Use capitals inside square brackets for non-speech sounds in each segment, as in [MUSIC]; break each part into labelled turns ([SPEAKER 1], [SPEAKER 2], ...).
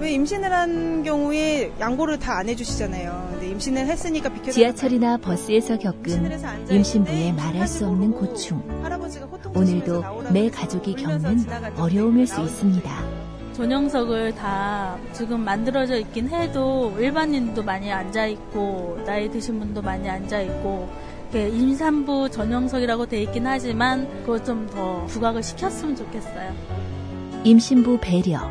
[SPEAKER 1] 왜 임신을 한 경우에 양보를 다 안 해주시잖아요. 근데 임신을 했으니까 비켜.
[SPEAKER 2] 지하철이나 버스에서 겪은 임신부의 말할 수 없는 고충. 오늘도 매 가족이 겪는 어려움일 수 있습니다.
[SPEAKER 3] 전용석을 다 지금 만들어져 있긴 해도 일반인도 많이 앉아 있고 나이 드신 분도 많이 앉아 있고 이렇게 임산부 전용석이라고 돼 있긴 하지만 그걸 좀 더 부각을 시켰으면 좋겠어요.
[SPEAKER 2] 임신부 배려,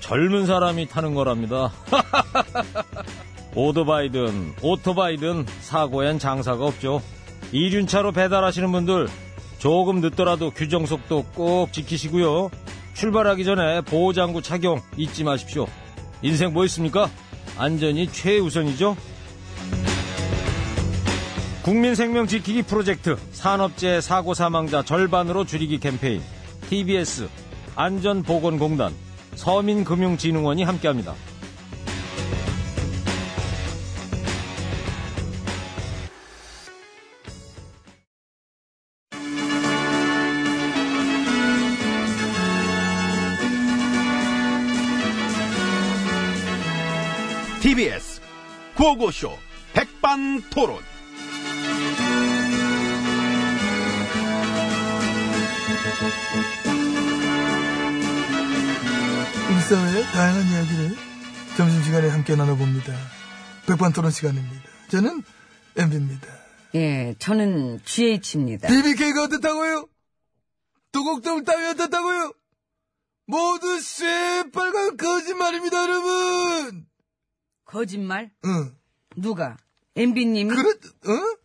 [SPEAKER 4] 젊은 사람이 타는 거랍니다. [LAUGHS] 오토바이든 오토바이든 사고엔 장사가 없죠. 이륜차로 배달하시는 분들 조금 늦더라도 규정 속도 꼭 지키시고요. 출발하기 전에 보호장구 착용 잊지 마십시오. 인생 뭐 있습니까? 안전이 최우선이죠. 국민 생명 지키기 프로젝트 산업재해 사고 사망자 절반으로 줄이기 캠페인 TBS 안전보건공단 서민금융진흥원이 함께합니다.
[SPEAKER 5] TBS 구호고쇼 백반토론.
[SPEAKER 6] 일상의 다양한 이야기를 점심시간에 함께 나눠봅니다. 백반토론 시간입니다. 저는 MB입니다.
[SPEAKER 7] 예, 저는 GH입니다.
[SPEAKER 6] BBK가 어떻다고요? 도곡동 땅이 어떻다고요? 모두 새빨간 거짓말입니다, 여러분!
[SPEAKER 7] 거짓말?
[SPEAKER 6] 응.
[SPEAKER 7] 누가? MB님이
[SPEAKER 6] 그렇, 응?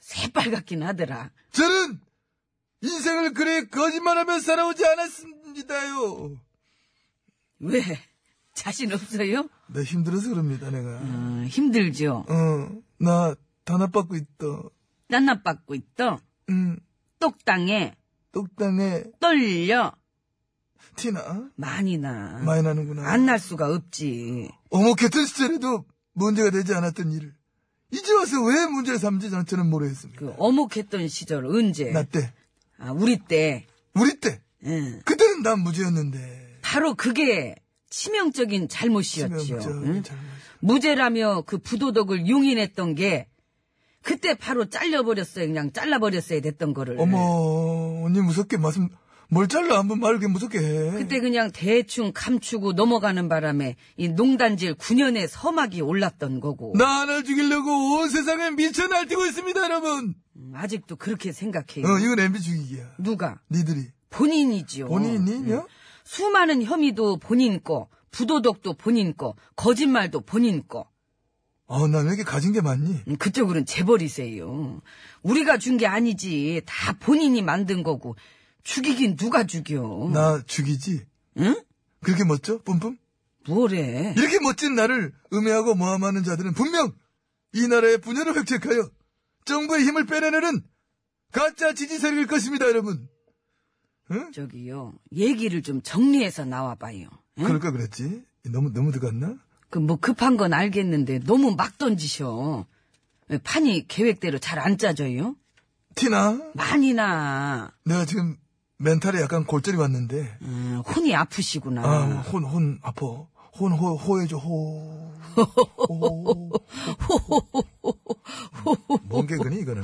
[SPEAKER 7] 새빨갛긴 하더라.
[SPEAKER 6] 저는 인생을 그래 거짓말하며 살아오지 않았습니다요.
[SPEAKER 7] 왜? 자신 없어요?
[SPEAKER 6] 나 힘들어서 그럽니다, 내가.
[SPEAKER 7] 어, 힘들죠.
[SPEAKER 6] 어, 나 단합받고 있다. 음.
[SPEAKER 7] 딴납받고 있어.
[SPEAKER 6] 응,
[SPEAKER 7] 똑당해.
[SPEAKER 6] 똑당에
[SPEAKER 7] 떨려.
[SPEAKER 6] 티나?
[SPEAKER 7] 많이 나.
[SPEAKER 6] 많이 나는구나.
[SPEAKER 7] 안 날 수가 없지.
[SPEAKER 6] 어목했던 시절에도 문제가 되지 않았던 일을 이제 와서 왜 문제 삼지 저는 모르겠습니다.
[SPEAKER 7] 그 어묵했던 시절 언제?
[SPEAKER 6] 나 때,
[SPEAKER 7] 아, 우리 때.
[SPEAKER 6] 우리 때,
[SPEAKER 7] 응.
[SPEAKER 6] 그때는 난 무죄였는데.
[SPEAKER 7] 바로 그게 치명적인 잘못이었지요.
[SPEAKER 6] 치명적인
[SPEAKER 7] 응?
[SPEAKER 6] 잘못.
[SPEAKER 7] 무죄라며 그 부도덕을 용인했던 게 그때 바로 잘려버렸어요. 그냥 잘라버렸어야 됐던 거를.
[SPEAKER 6] 어머, 언니 무섭게 말씀 뭘 잘라 한번 말게 무섭게 해.
[SPEAKER 7] 그때 그냥 대충 감추고 넘어가는 바람에 이 농단질 9년의 서막이 올랐던 거고.
[SPEAKER 6] 나를 죽이려고 온 세상에 미쳐 날뛰고 있습니다, 여러분.
[SPEAKER 7] 음, 아직도 그렇게 생각해요.
[SPEAKER 6] 어, 이건 MB 죽이기야.
[SPEAKER 7] 누가?
[SPEAKER 6] 니들이
[SPEAKER 7] 본인이지요.
[SPEAKER 6] 본인이냐? 어?
[SPEAKER 7] 수많은 혐의도 본인 거, 부도덕도 본인 거, 거짓말도 본인 거.
[SPEAKER 6] 어, 난 왜 이렇게 가진 게 많니?
[SPEAKER 7] 음, 그쪽으로는 재벌이세요. 우리가 준 게 아니지. 다 본인이 만든 거고. 죽이긴 누가 죽여.
[SPEAKER 6] 나 죽이지?
[SPEAKER 7] 응?
[SPEAKER 6] 그렇게 멋져? 뿜뿜?
[SPEAKER 7] 뭐래.
[SPEAKER 6] 이렇게 멋진 나를 음해하고 모함하는 자들은 분명 이 나라의 분열을 획책하여 정부의 힘을 빼내려는 가짜 지지 세력일 것입니다, 여러분.
[SPEAKER 7] 저기요. 얘기를 좀 정리해서 나와봐요. 응?
[SPEAKER 6] 그럴까 그랬지? 너무 너무 들어갔나?
[SPEAKER 7] 그 뭐 급한 건 알겠는데 너무 막 던지셔. 왜 판이 계획대로 잘 안 짜져요?
[SPEAKER 6] 티나,
[SPEAKER 7] 많이 나.
[SPEAKER 6] 내가 지금 멘탈에 약간 골절이 왔는데,
[SPEAKER 7] 음, 혼이 아프시구나.
[SPEAKER 6] 아, 혼, 혼, 아파. 혼, 호, 호해줘, 호. 호. 뭔 개그니, 이거는?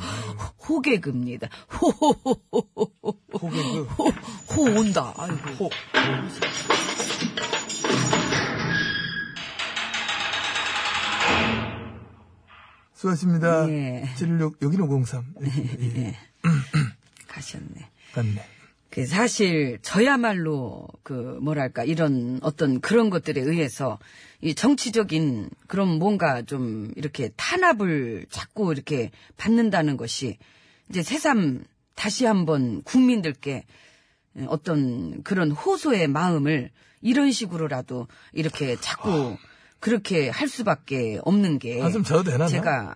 [SPEAKER 7] 호개급니다. 호호호호호.
[SPEAKER 6] 호개그.
[SPEAKER 7] 호, 호 온다. 아이고.
[SPEAKER 6] 호. 수고하십니다.
[SPEAKER 7] 예.
[SPEAKER 6] 76, 여기는
[SPEAKER 7] [LAUGHS]
[SPEAKER 6] 503. 예.
[SPEAKER 7] 가셨네.
[SPEAKER 6] 갔네.
[SPEAKER 7] 그 사실 저야말로 그 뭐랄까 이런 어떤 그런 것들에 의해서 이 정치적인 그런 뭔가 좀 이렇게 탄압을 자꾸 이렇게 받는다는 것이 이제 새삼 다시 한번 국민들께 어떤 그런 호소의 마음을 이런 식으로라도 이렇게 자꾸 그렇게 할 수밖에 없는 게
[SPEAKER 6] 아. 한숨 자도 아, 되나? 나?
[SPEAKER 7] 예. 제가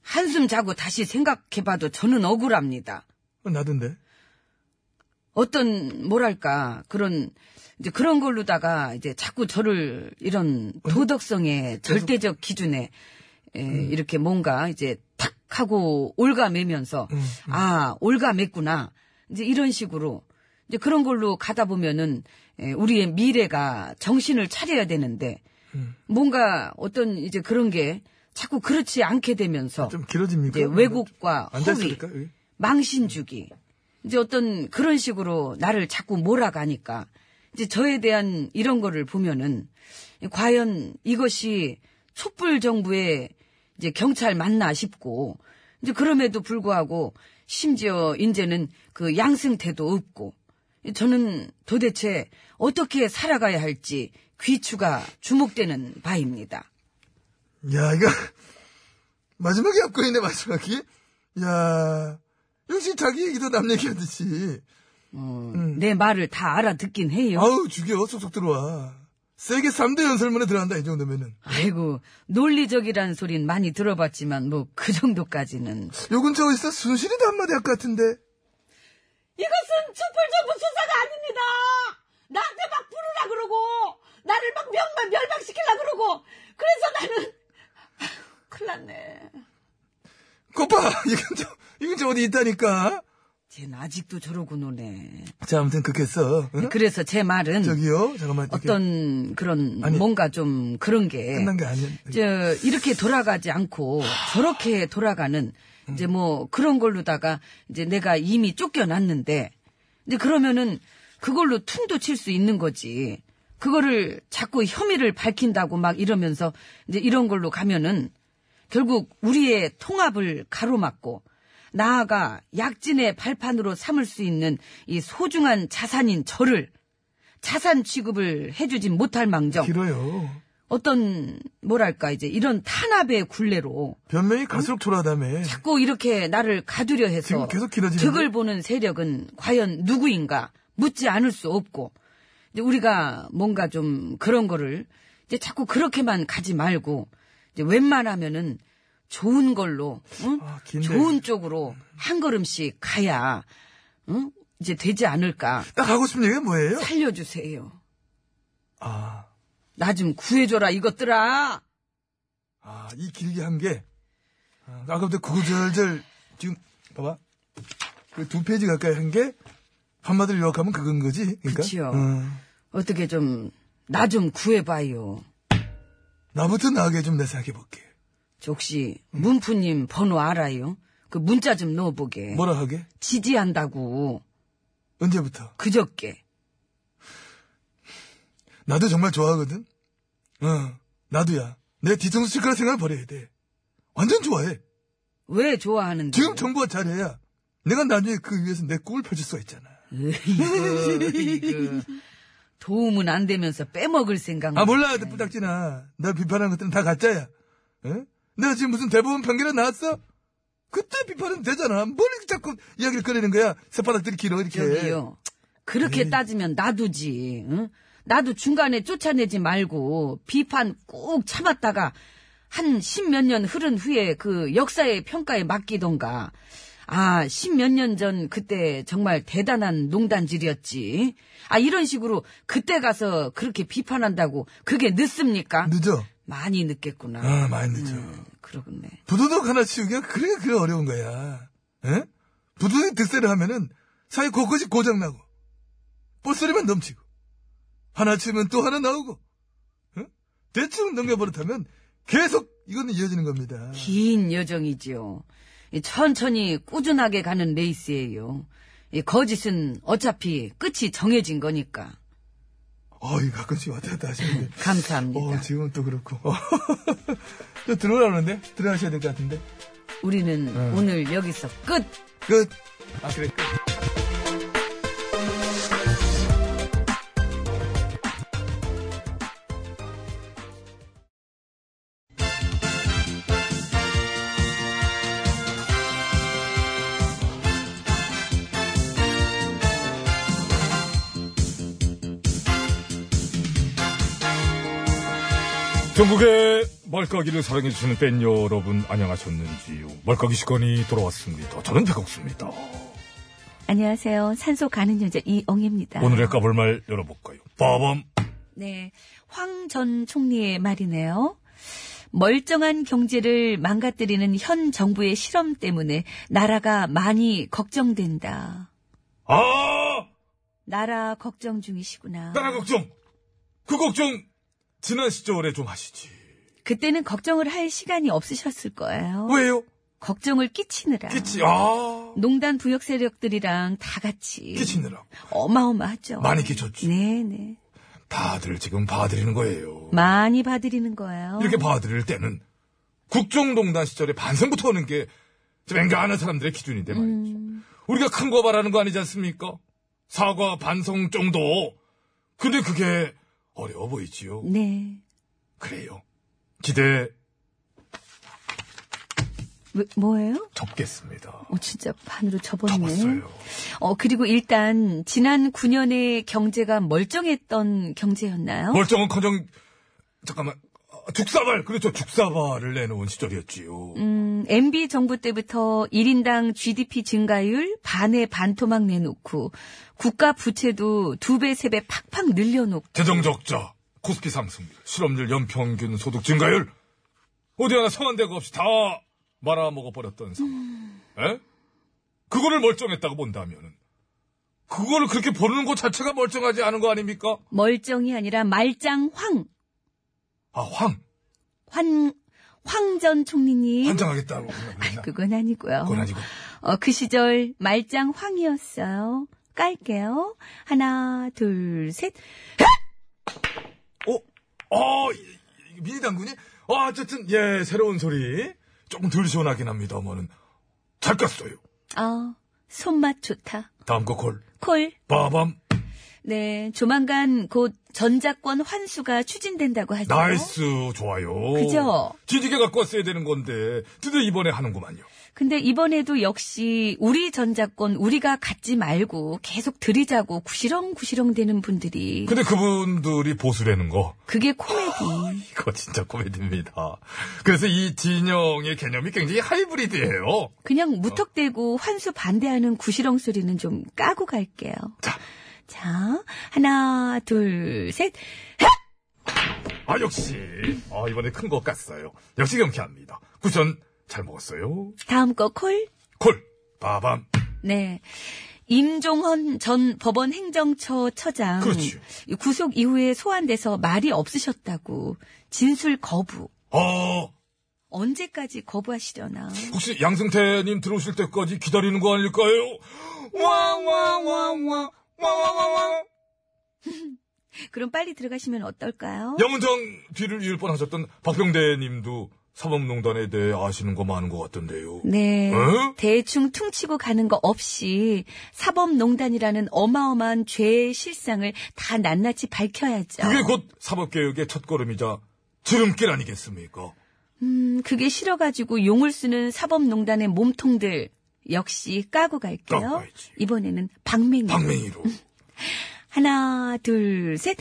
[SPEAKER 7] 한숨 자고 다시 생각해봐도 저는 억울합니다.
[SPEAKER 6] 어, 나던데.
[SPEAKER 7] 어떤 뭐랄까 그런 이제 그런 걸로다가 이제 자꾸 저를 이런 도덕성의 절대적 기준에 에,
[SPEAKER 6] 음.
[SPEAKER 7] 이렇게 뭔가 이제 탁 하고 올가매면서
[SPEAKER 6] 음,
[SPEAKER 7] 아 올가맸구나 이제 이런 식으로 이제 그런 걸로 가다 보면은 에, 우리의 미래가 정신을 차려야 되는데
[SPEAKER 6] 음.
[SPEAKER 7] 뭔가 어떤 이제 그런 게 자꾸 그렇지 않게 되면서
[SPEAKER 6] 좀 길어집니까?
[SPEAKER 7] 이제 왜곡과 허위
[SPEAKER 6] 앉아있으니까, 여기.
[SPEAKER 7] 망신주기. 이제 어떤 그런 식으로 나를 자꾸 몰아가니까 이제 저에 대한 이런 거를 보면은 과연 이것이 촛불 정부의 이제 경찰 맞나 싶고 이제 그럼에도 불구하고 심지어 이제는 그 양승태도 없고 저는 도대체 어떻게 살아가야 할지 귀추가 주목되는 바입니다.
[SPEAKER 6] 야, 이거. [LAUGHS] 마지막에 앞고 있네, 마지막이. 야, 역시 자기 얘기도 남 얘기하듯이.
[SPEAKER 7] 어, 내 말을 다 알아듣긴 해요.
[SPEAKER 6] 아우, 죽여. 쏙쏙 들어와. 세게 3대 연설문에 들어간다, 이 정도면은.
[SPEAKER 7] 아이고, 논리적이라는 소린 많이 들어봤지만, 뭐, 그 정도까지는.
[SPEAKER 6] 요 근처에 있어 순실이도 한마디 할 것 같은데.
[SPEAKER 8] 이것은 촛불정부 수사가 아닙니다. 나한테 막 부르라 그러고 나를 막 명만 멸망시키려 그러고 그래서 나는 [LAUGHS] 아휴, 큰일 났네.
[SPEAKER 6] 거봐! [LAUGHS] 이 근처, 이 근처 어디 있다니까?
[SPEAKER 7] 쟨 아직도 저러고 노네.
[SPEAKER 6] 자, 아무튼 그렇겠어. 응?
[SPEAKER 7] 그래서 제 말은,
[SPEAKER 6] 저기요, 잠깐만. 이렇게
[SPEAKER 7] 음. 어떤, 그런,
[SPEAKER 6] 아니.
[SPEAKER 7] 뭔가 좀, 그런 게,
[SPEAKER 6] 끝난 게 아니야.
[SPEAKER 7] 저, 이렇게 돌아가지 않고, 저렇게 돌아가는, 이제 뭐, 그런 걸로다가, 이제 내가 이미 쫓겨났는데, 이제 그러면은, 그걸로 퉁도 칠 수 있는 거지. 그거를 자꾸 혐의를 밝힌다고 막 이러면서, 이제 이런 걸로 가면은, 결국 우리의 통합을 가로막고 나아가 약진의 발판으로 삼을 수 있는 이 소중한 자산인 저를 자산 취급을 해주진 못할 망정
[SPEAKER 6] 길어요.
[SPEAKER 7] 어떤 뭐랄까 이제 이런 탄압의 굴레로
[SPEAKER 6] 변명이 갈수록 초라하다며.
[SPEAKER 7] 자꾸 이렇게 나를 가두려
[SPEAKER 6] 지금
[SPEAKER 7] 해서
[SPEAKER 6] 계속 길어지는데?
[SPEAKER 7] 득을 보는 세력은 과연 누구인가 묻지 않을 수 없고 이제 우리가 뭔가 좀 그런 거를 이제 자꾸 그렇게만 가지 말고 이제 웬만하면은 좋은 걸로 응?
[SPEAKER 6] 아, 긴데.
[SPEAKER 7] 좋은 쪽으로 한 걸음씩 가야 응? 이제 되지 않을까
[SPEAKER 6] 딱 하고 싶은 얘기가 뭐예요?
[SPEAKER 7] 살려주세요
[SPEAKER 6] 아,
[SPEAKER 7] 나 좀 구해줘라 이것들아
[SPEAKER 6] 아, 이 길게 한 게. 아, 아까부터 구구절절, 지금, 봐봐. 그 두 페이지 가까이 한 게, 한마디로 요약하면 그건 거지. 그러니까.
[SPEAKER 7] 그치요.
[SPEAKER 6] 응.
[SPEAKER 7] 어떻게 좀 나 좀 구해봐요
[SPEAKER 6] 나부터 나게 좀 내 생각해볼게.
[SPEAKER 7] 저 혹시 문프님 번호 알아요? 그 문자 좀 넣어보게
[SPEAKER 6] 뭐라 하게?
[SPEAKER 7] 지지한다고
[SPEAKER 6] 언제부터?
[SPEAKER 7] 그저께
[SPEAKER 6] 나도 정말 좋아하거든? 어, 나도야. 내 뒤통수 칠 거라 생각을 버려야 돼. 완전 좋아해.
[SPEAKER 7] 왜 좋아하는데
[SPEAKER 6] 지금 정부가 잘해야 내가 나중에 그 위에서 내 꿈을 펼칠 수가 있잖아.
[SPEAKER 7] [LAUGHS] 으이그, 으이그. 도움은 안 되면서 빼먹을 생각
[SPEAKER 6] 아, 몰라, 뿌닥지나. 나 비판한 것들은 다 가짜야. 어? 내가 지금 무슨 대법원 판결에 나왔어? 그때 비판은 되잖아. 뭘 이렇게 자꾸 이야기를 꺼내는 거야? 새바닥들이 길어, 이렇게. 예.
[SPEAKER 7] 저기요. 그렇게 따지면 나도지. 응? 나도 중간에 쫓아내지 말고 비판 꾹 참았다가 한 십몇 년 흐른 후에 그 역사의 평가에 맡기던가. 아, 십몇 년 전 그때 정말 대단한 농단질이었지. 아, 이런 식으로 그때 가서 그렇게 비판한다고 그게 늦습니까?
[SPEAKER 6] 늦어.
[SPEAKER 7] 많이 늦겠구나.
[SPEAKER 6] 아, 많이 늦어.
[SPEAKER 7] 음, 그러겠네.
[SPEAKER 6] 부도덕 하나 치우기가 그래, 그래 어려운 거야. 에? 부도덕이 득세를 하면은 사회 곳곳이 고장나고, 뻘소리만 넘치고, 하나 치우면 또 하나 나오고, 에? 대충 넘겨버릇하면 계속 이거는 이어지는 겁니다.
[SPEAKER 7] 긴 여정이지요. 이 천천히 꾸준하게 가는 레이스예요. 이 거짓은 어차피 끝이 정해진 거니까.
[SPEAKER 6] 어이, 가끔씩 왔다 갔다 하시는데.
[SPEAKER 7] 감사합니다.
[SPEAKER 6] 어, 지금은 또 그렇고. [LAUGHS] 또 들어오라는데? 들어가셔야 될 것 같은데?
[SPEAKER 7] 우리는
[SPEAKER 6] 네.
[SPEAKER 7] 오늘 여기서 끝.
[SPEAKER 6] 끝. 아, 그래, 끝. 전국의 말까기를 사랑해주시는 팬 여러분, 안녕하셨는지요. 말까기 시간이 돌아왔습니다. 저는 백옥수입니다.
[SPEAKER 7] 안녕하세요. 산소 가는 여자 이엉입니다.
[SPEAKER 6] 오늘의 까불 말 열어볼까요? 빠밤!
[SPEAKER 7] 네. 황 전 총리의 말이네요. 멀쩡한 경제를 망가뜨리는 현 정부의 실험 때문에 나라가 많이 걱정된다.
[SPEAKER 6] 아!
[SPEAKER 7] 나라 걱정 중이시구나.
[SPEAKER 6] 나라 걱정! 그 걱정! 지난 시절에 좀 하시지.
[SPEAKER 7] 그때는 걱정을 할 시간이 없으셨을 거예요.
[SPEAKER 6] 왜요?
[SPEAKER 7] 걱정을 끼치느라.
[SPEAKER 6] 끼치, 아.
[SPEAKER 7] 농단 부역 세력들이랑 다 같이.
[SPEAKER 6] 끼치느라.
[SPEAKER 7] 어마어마하죠.
[SPEAKER 6] 많이 끼쳤지.
[SPEAKER 7] 네네.
[SPEAKER 6] 다들 지금 봐드리는 거예요.
[SPEAKER 7] 많이 봐드리는 거예요.
[SPEAKER 6] 이렇게 봐드릴 때는 국정농단 시절에 반성부터 하는 게 지금 앵간한 사람들의 기준인데 말이죠. 우리가 큰 거 바라는 거 아니지 않습니까? 사과, 반성 정도. 근데 그게 어려워 보이지요.
[SPEAKER 7] 네.
[SPEAKER 6] 그래요. 기대
[SPEAKER 7] 왜, 뭐예요?
[SPEAKER 6] 접겠습니다.
[SPEAKER 7] 어, 진짜 판으로 접었네.
[SPEAKER 6] 접었어요.
[SPEAKER 7] 어, 그리고 일단, 지난 9년의 경제가 멀쩡했던 경제였나요?
[SPEAKER 6] 멀쩡한 커녕 잠깐만 아, 죽사발 그렇죠 죽사발을 내놓은 시절이었지요.
[SPEAKER 7] 음, MB 정부 때부터 1인당 GDP 증가율 반에 반토막 내놓고, 국가 부채도 두 배, 세 배 팍팍 늘려놓고,
[SPEAKER 6] 재정 적자, 코스피 상승률, 실업률 연평균 소득 증가율 어디 하나 성한대가 없이 다 말아먹어 버렸던
[SPEAKER 7] 음.
[SPEAKER 6] 상황. 에? 그거를 멀쩡했다고 본다면은 그거를 그렇게 보는 것 자체가 멀쩡하지 않은 거 아닙니까?
[SPEAKER 7] 멀쩡이 아니라 말짱 황,
[SPEAKER 6] 아 황.
[SPEAKER 7] 환, 황 전 총리님.
[SPEAKER 6] 환장하겠다고 생각했나?
[SPEAKER 7] 아, 그건 아니고요.
[SPEAKER 6] 그건 아니고.
[SPEAKER 7] 어, 그 시절 말짱 황이었어요. 깔게요. 하나, 둘, 셋.
[SPEAKER 6] 어? 어, 이- 이 민주당군이? 어, 어쨌든, 예, 새로운 소리. 조금 덜 시원하긴 합니다만은. 잘 깠어요.
[SPEAKER 7] 아, 손맛 좋다.
[SPEAKER 6] 다음 거 콜.
[SPEAKER 7] 콜.
[SPEAKER 6] 빠밤.
[SPEAKER 7] 네, 조만간 곧 전작권 환수가 추진된다고 하죠.
[SPEAKER 6] 나이스. 좋아요.
[SPEAKER 7] 그죠?
[SPEAKER 6] 진지게 갖고 왔어야 되는 건데, 드디어 이번에 하는구만요.
[SPEAKER 7] 근데 이번에도 역시 우리 전작권 우리가 갖지 말고 계속 들이자고 구시렁구시렁 되는 분들이
[SPEAKER 6] 근데 그분들이 보수라는 거.
[SPEAKER 7] 그게 코미디.
[SPEAKER 6] 이거 진짜 코미디입니다. 그래서 이 진영의 개념이 굉장히 하이브리드예요.
[SPEAKER 7] 그냥 무턱대고 환수 반대하는 구시렁 소리는 좀 까고 갈게요.
[SPEAKER 6] 자.
[SPEAKER 7] 자, 하나, 둘, 셋.
[SPEAKER 6] 아, 역시. 아, 이번에 큰 거 깠어요. 역시 경쾌합니다. 쿠션 잘 먹었어요.
[SPEAKER 7] 다음 거 콜.
[SPEAKER 6] 콜. 빠밤.
[SPEAKER 7] 네. 임종헌 전 법원 행정처 처장
[SPEAKER 6] 그렇죠.
[SPEAKER 7] 구속 이후에 소환돼서 말이 없으셨다고 진술 거부.
[SPEAKER 6] 어,
[SPEAKER 7] 언제까지 거부하시려나?
[SPEAKER 6] 혹시 양승태님 들어오실 때까지 기다리는 거 아닐까요? 와와와와 와와와와
[SPEAKER 7] 그럼 빨리 들어가시면 어떨까요?
[SPEAKER 6] 양문장 뒤를 이을 뻔하셨던 박병대님도 사법농단에 대해 아시는 거 많은 것 같던데요.
[SPEAKER 7] 네.
[SPEAKER 6] 어?
[SPEAKER 7] 대충 퉁치고 가는 거 없이 사법농단이라는 어마어마한 죄의 실상을 다 낱낱이 밝혀야죠.
[SPEAKER 6] 그게 곧 사법개혁의 첫걸음이자 지름길 아니겠습니까?
[SPEAKER 7] 음, 그게 싫어가지고 용을 쓰는 사법농단의 몸통들 역시 까고 갈게요.
[SPEAKER 6] 까고 가야지.
[SPEAKER 7] 이번에는 박맹이.
[SPEAKER 6] 방맹이로.
[SPEAKER 7] 하나, 둘, 셋.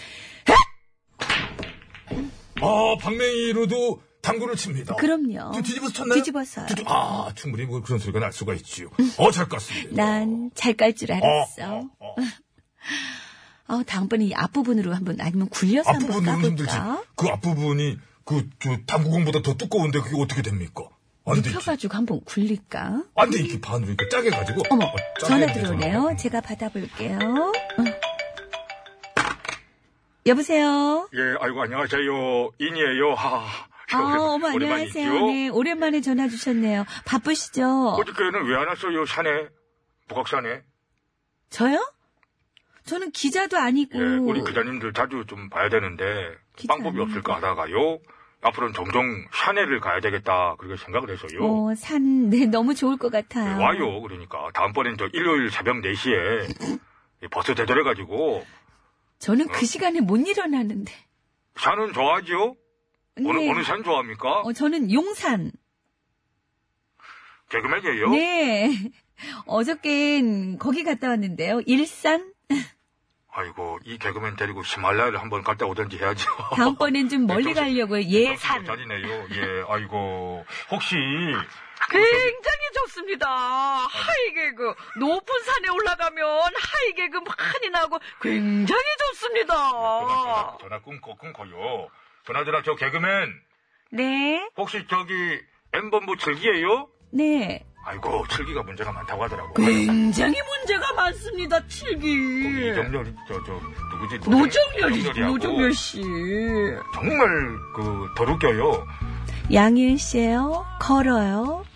[SPEAKER 6] 아, 방맹이로도 당구를 칩니다.
[SPEAKER 7] 그럼요.
[SPEAKER 6] 어, 뒤- 뒤집어서 쳤나요?
[SPEAKER 7] 뒤집어서요. 음.
[SPEAKER 6] 뒤집- 아, 충분히 뭐 그런 소리가 날 수가 있지요. 어, 잘 깠습니다.
[SPEAKER 7] 난 잘 깔 줄 알았어.
[SPEAKER 6] 어, 어, 어.
[SPEAKER 7] 어, 다음번에 이 앞부분으로 한번 아니면 굴려서 한번
[SPEAKER 6] 앞부분은 힘들지.
[SPEAKER 7] 까볼까?
[SPEAKER 6] 그 앞부분이 그 저 당구공보다 더 두꺼운데 그게 어떻게 됩니까? 안 되지.
[SPEAKER 7] 펴가지고 한번 굴릴까?
[SPEAKER 6] 안 돼, 이게 반으로 이렇게 짜게 가지고.
[SPEAKER 7] 어머,
[SPEAKER 6] 어, 짜게 음.
[SPEAKER 7] 전화
[SPEAKER 6] 해야
[SPEAKER 7] 들어오네요.
[SPEAKER 6] 되잖아.
[SPEAKER 7] 제가 받아볼게요. 응. 여보세요?
[SPEAKER 6] 예, 아이고, 안녕하세요. 인이에요. 하.
[SPEAKER 7] 아, 어머, 안녕하세요. 네, 오랜만에 전화 주셨네요. 바쁘시죠?
[SPEAKER 6] 어저께는 왜 안 왔어요, 산에? 북악산에?
[SPEAKER 7] 저요? 저는 기자도 아니고.
[SPEAKER 6] 예, 우리 기자님들 자주 좀 봐야 되는데,
[SPEAKER 7] 기자
[SPEAKER 6] 방법이 없을까 하다가요. 앞으로는 종종 샤넬을 가야 되겠다, 그렇게 생각을 해서요.
[SPEAKER 7] 어, 산, 네, 너무 좋을 것
[SPEAKER 6] 예,
[SPEAKER 7] 같아요.
[SPEAKER 6] 와요. 그러니까 다음번엔 저 일요일 새벽
[SPEAKER 7] [LAUGHS]
[SPEAKER 6] 4시에 버스 대절해 가지고 어?
[SPEAKER 7] 저는 그 시간에 못 일어나는데.
[SPEAKER 6] 산은 좋아하지요? 어느
[SPEAKER 7] 네.
[SPEAKER 6] 어느 산 좋아합니까?
[SPEAKER 7] 어, 저는 용산.
[SPEAKER 6] 개그맨이에요. [LAUGHS]
[SPEAKER 7] [LAUGHS] 네. 어저껜 거기 갔다 왔는데요. 일산?
[SPEAKER 6] 아이고 이 개그맨 데리고 히말라야를 한번 갔다 오든지 해야죠.
[SPEAKER 2] 다음번엔 좀
[SPEAKER 6] 네,
[SPEAKER 2] 멀리 가려고
[SPEAKER 6] [LAUGHS]
[SPEAKER 2] 예산.
[SPEAKER 6] 자리네요. 예, 아이고 혹시
[SPEAKER 7] 굉장히 좋습니다. 하이개그 높은 산에 올라가면 하이개그 많이 나고 굉장히 어. 좋습니다.
[SPEAKER 6] 전화 끊고 끊고요. 그나저나 저 개그맨
[SPEAKER 2] 네.
[SPEAKER 6] 혹시 저기 M본부 칠기예요?
[SPEAKER 2] 네.
[SPEAKER 6] 아이고 칠기가 문제가 많다고 하더라고.
[SPEAKER 7] 네. 굉장히 문제가 많습니다. 칠기.
[SPEAKER 6] 그 이정렬이 저저 누구지?
[SPEAKER 7] 노정렬이 노정렬 씨.
[SPEAKER 6] 정말 그 더럽겨요.
[SPEAKER 2] 양일 씨예요. 걸어요.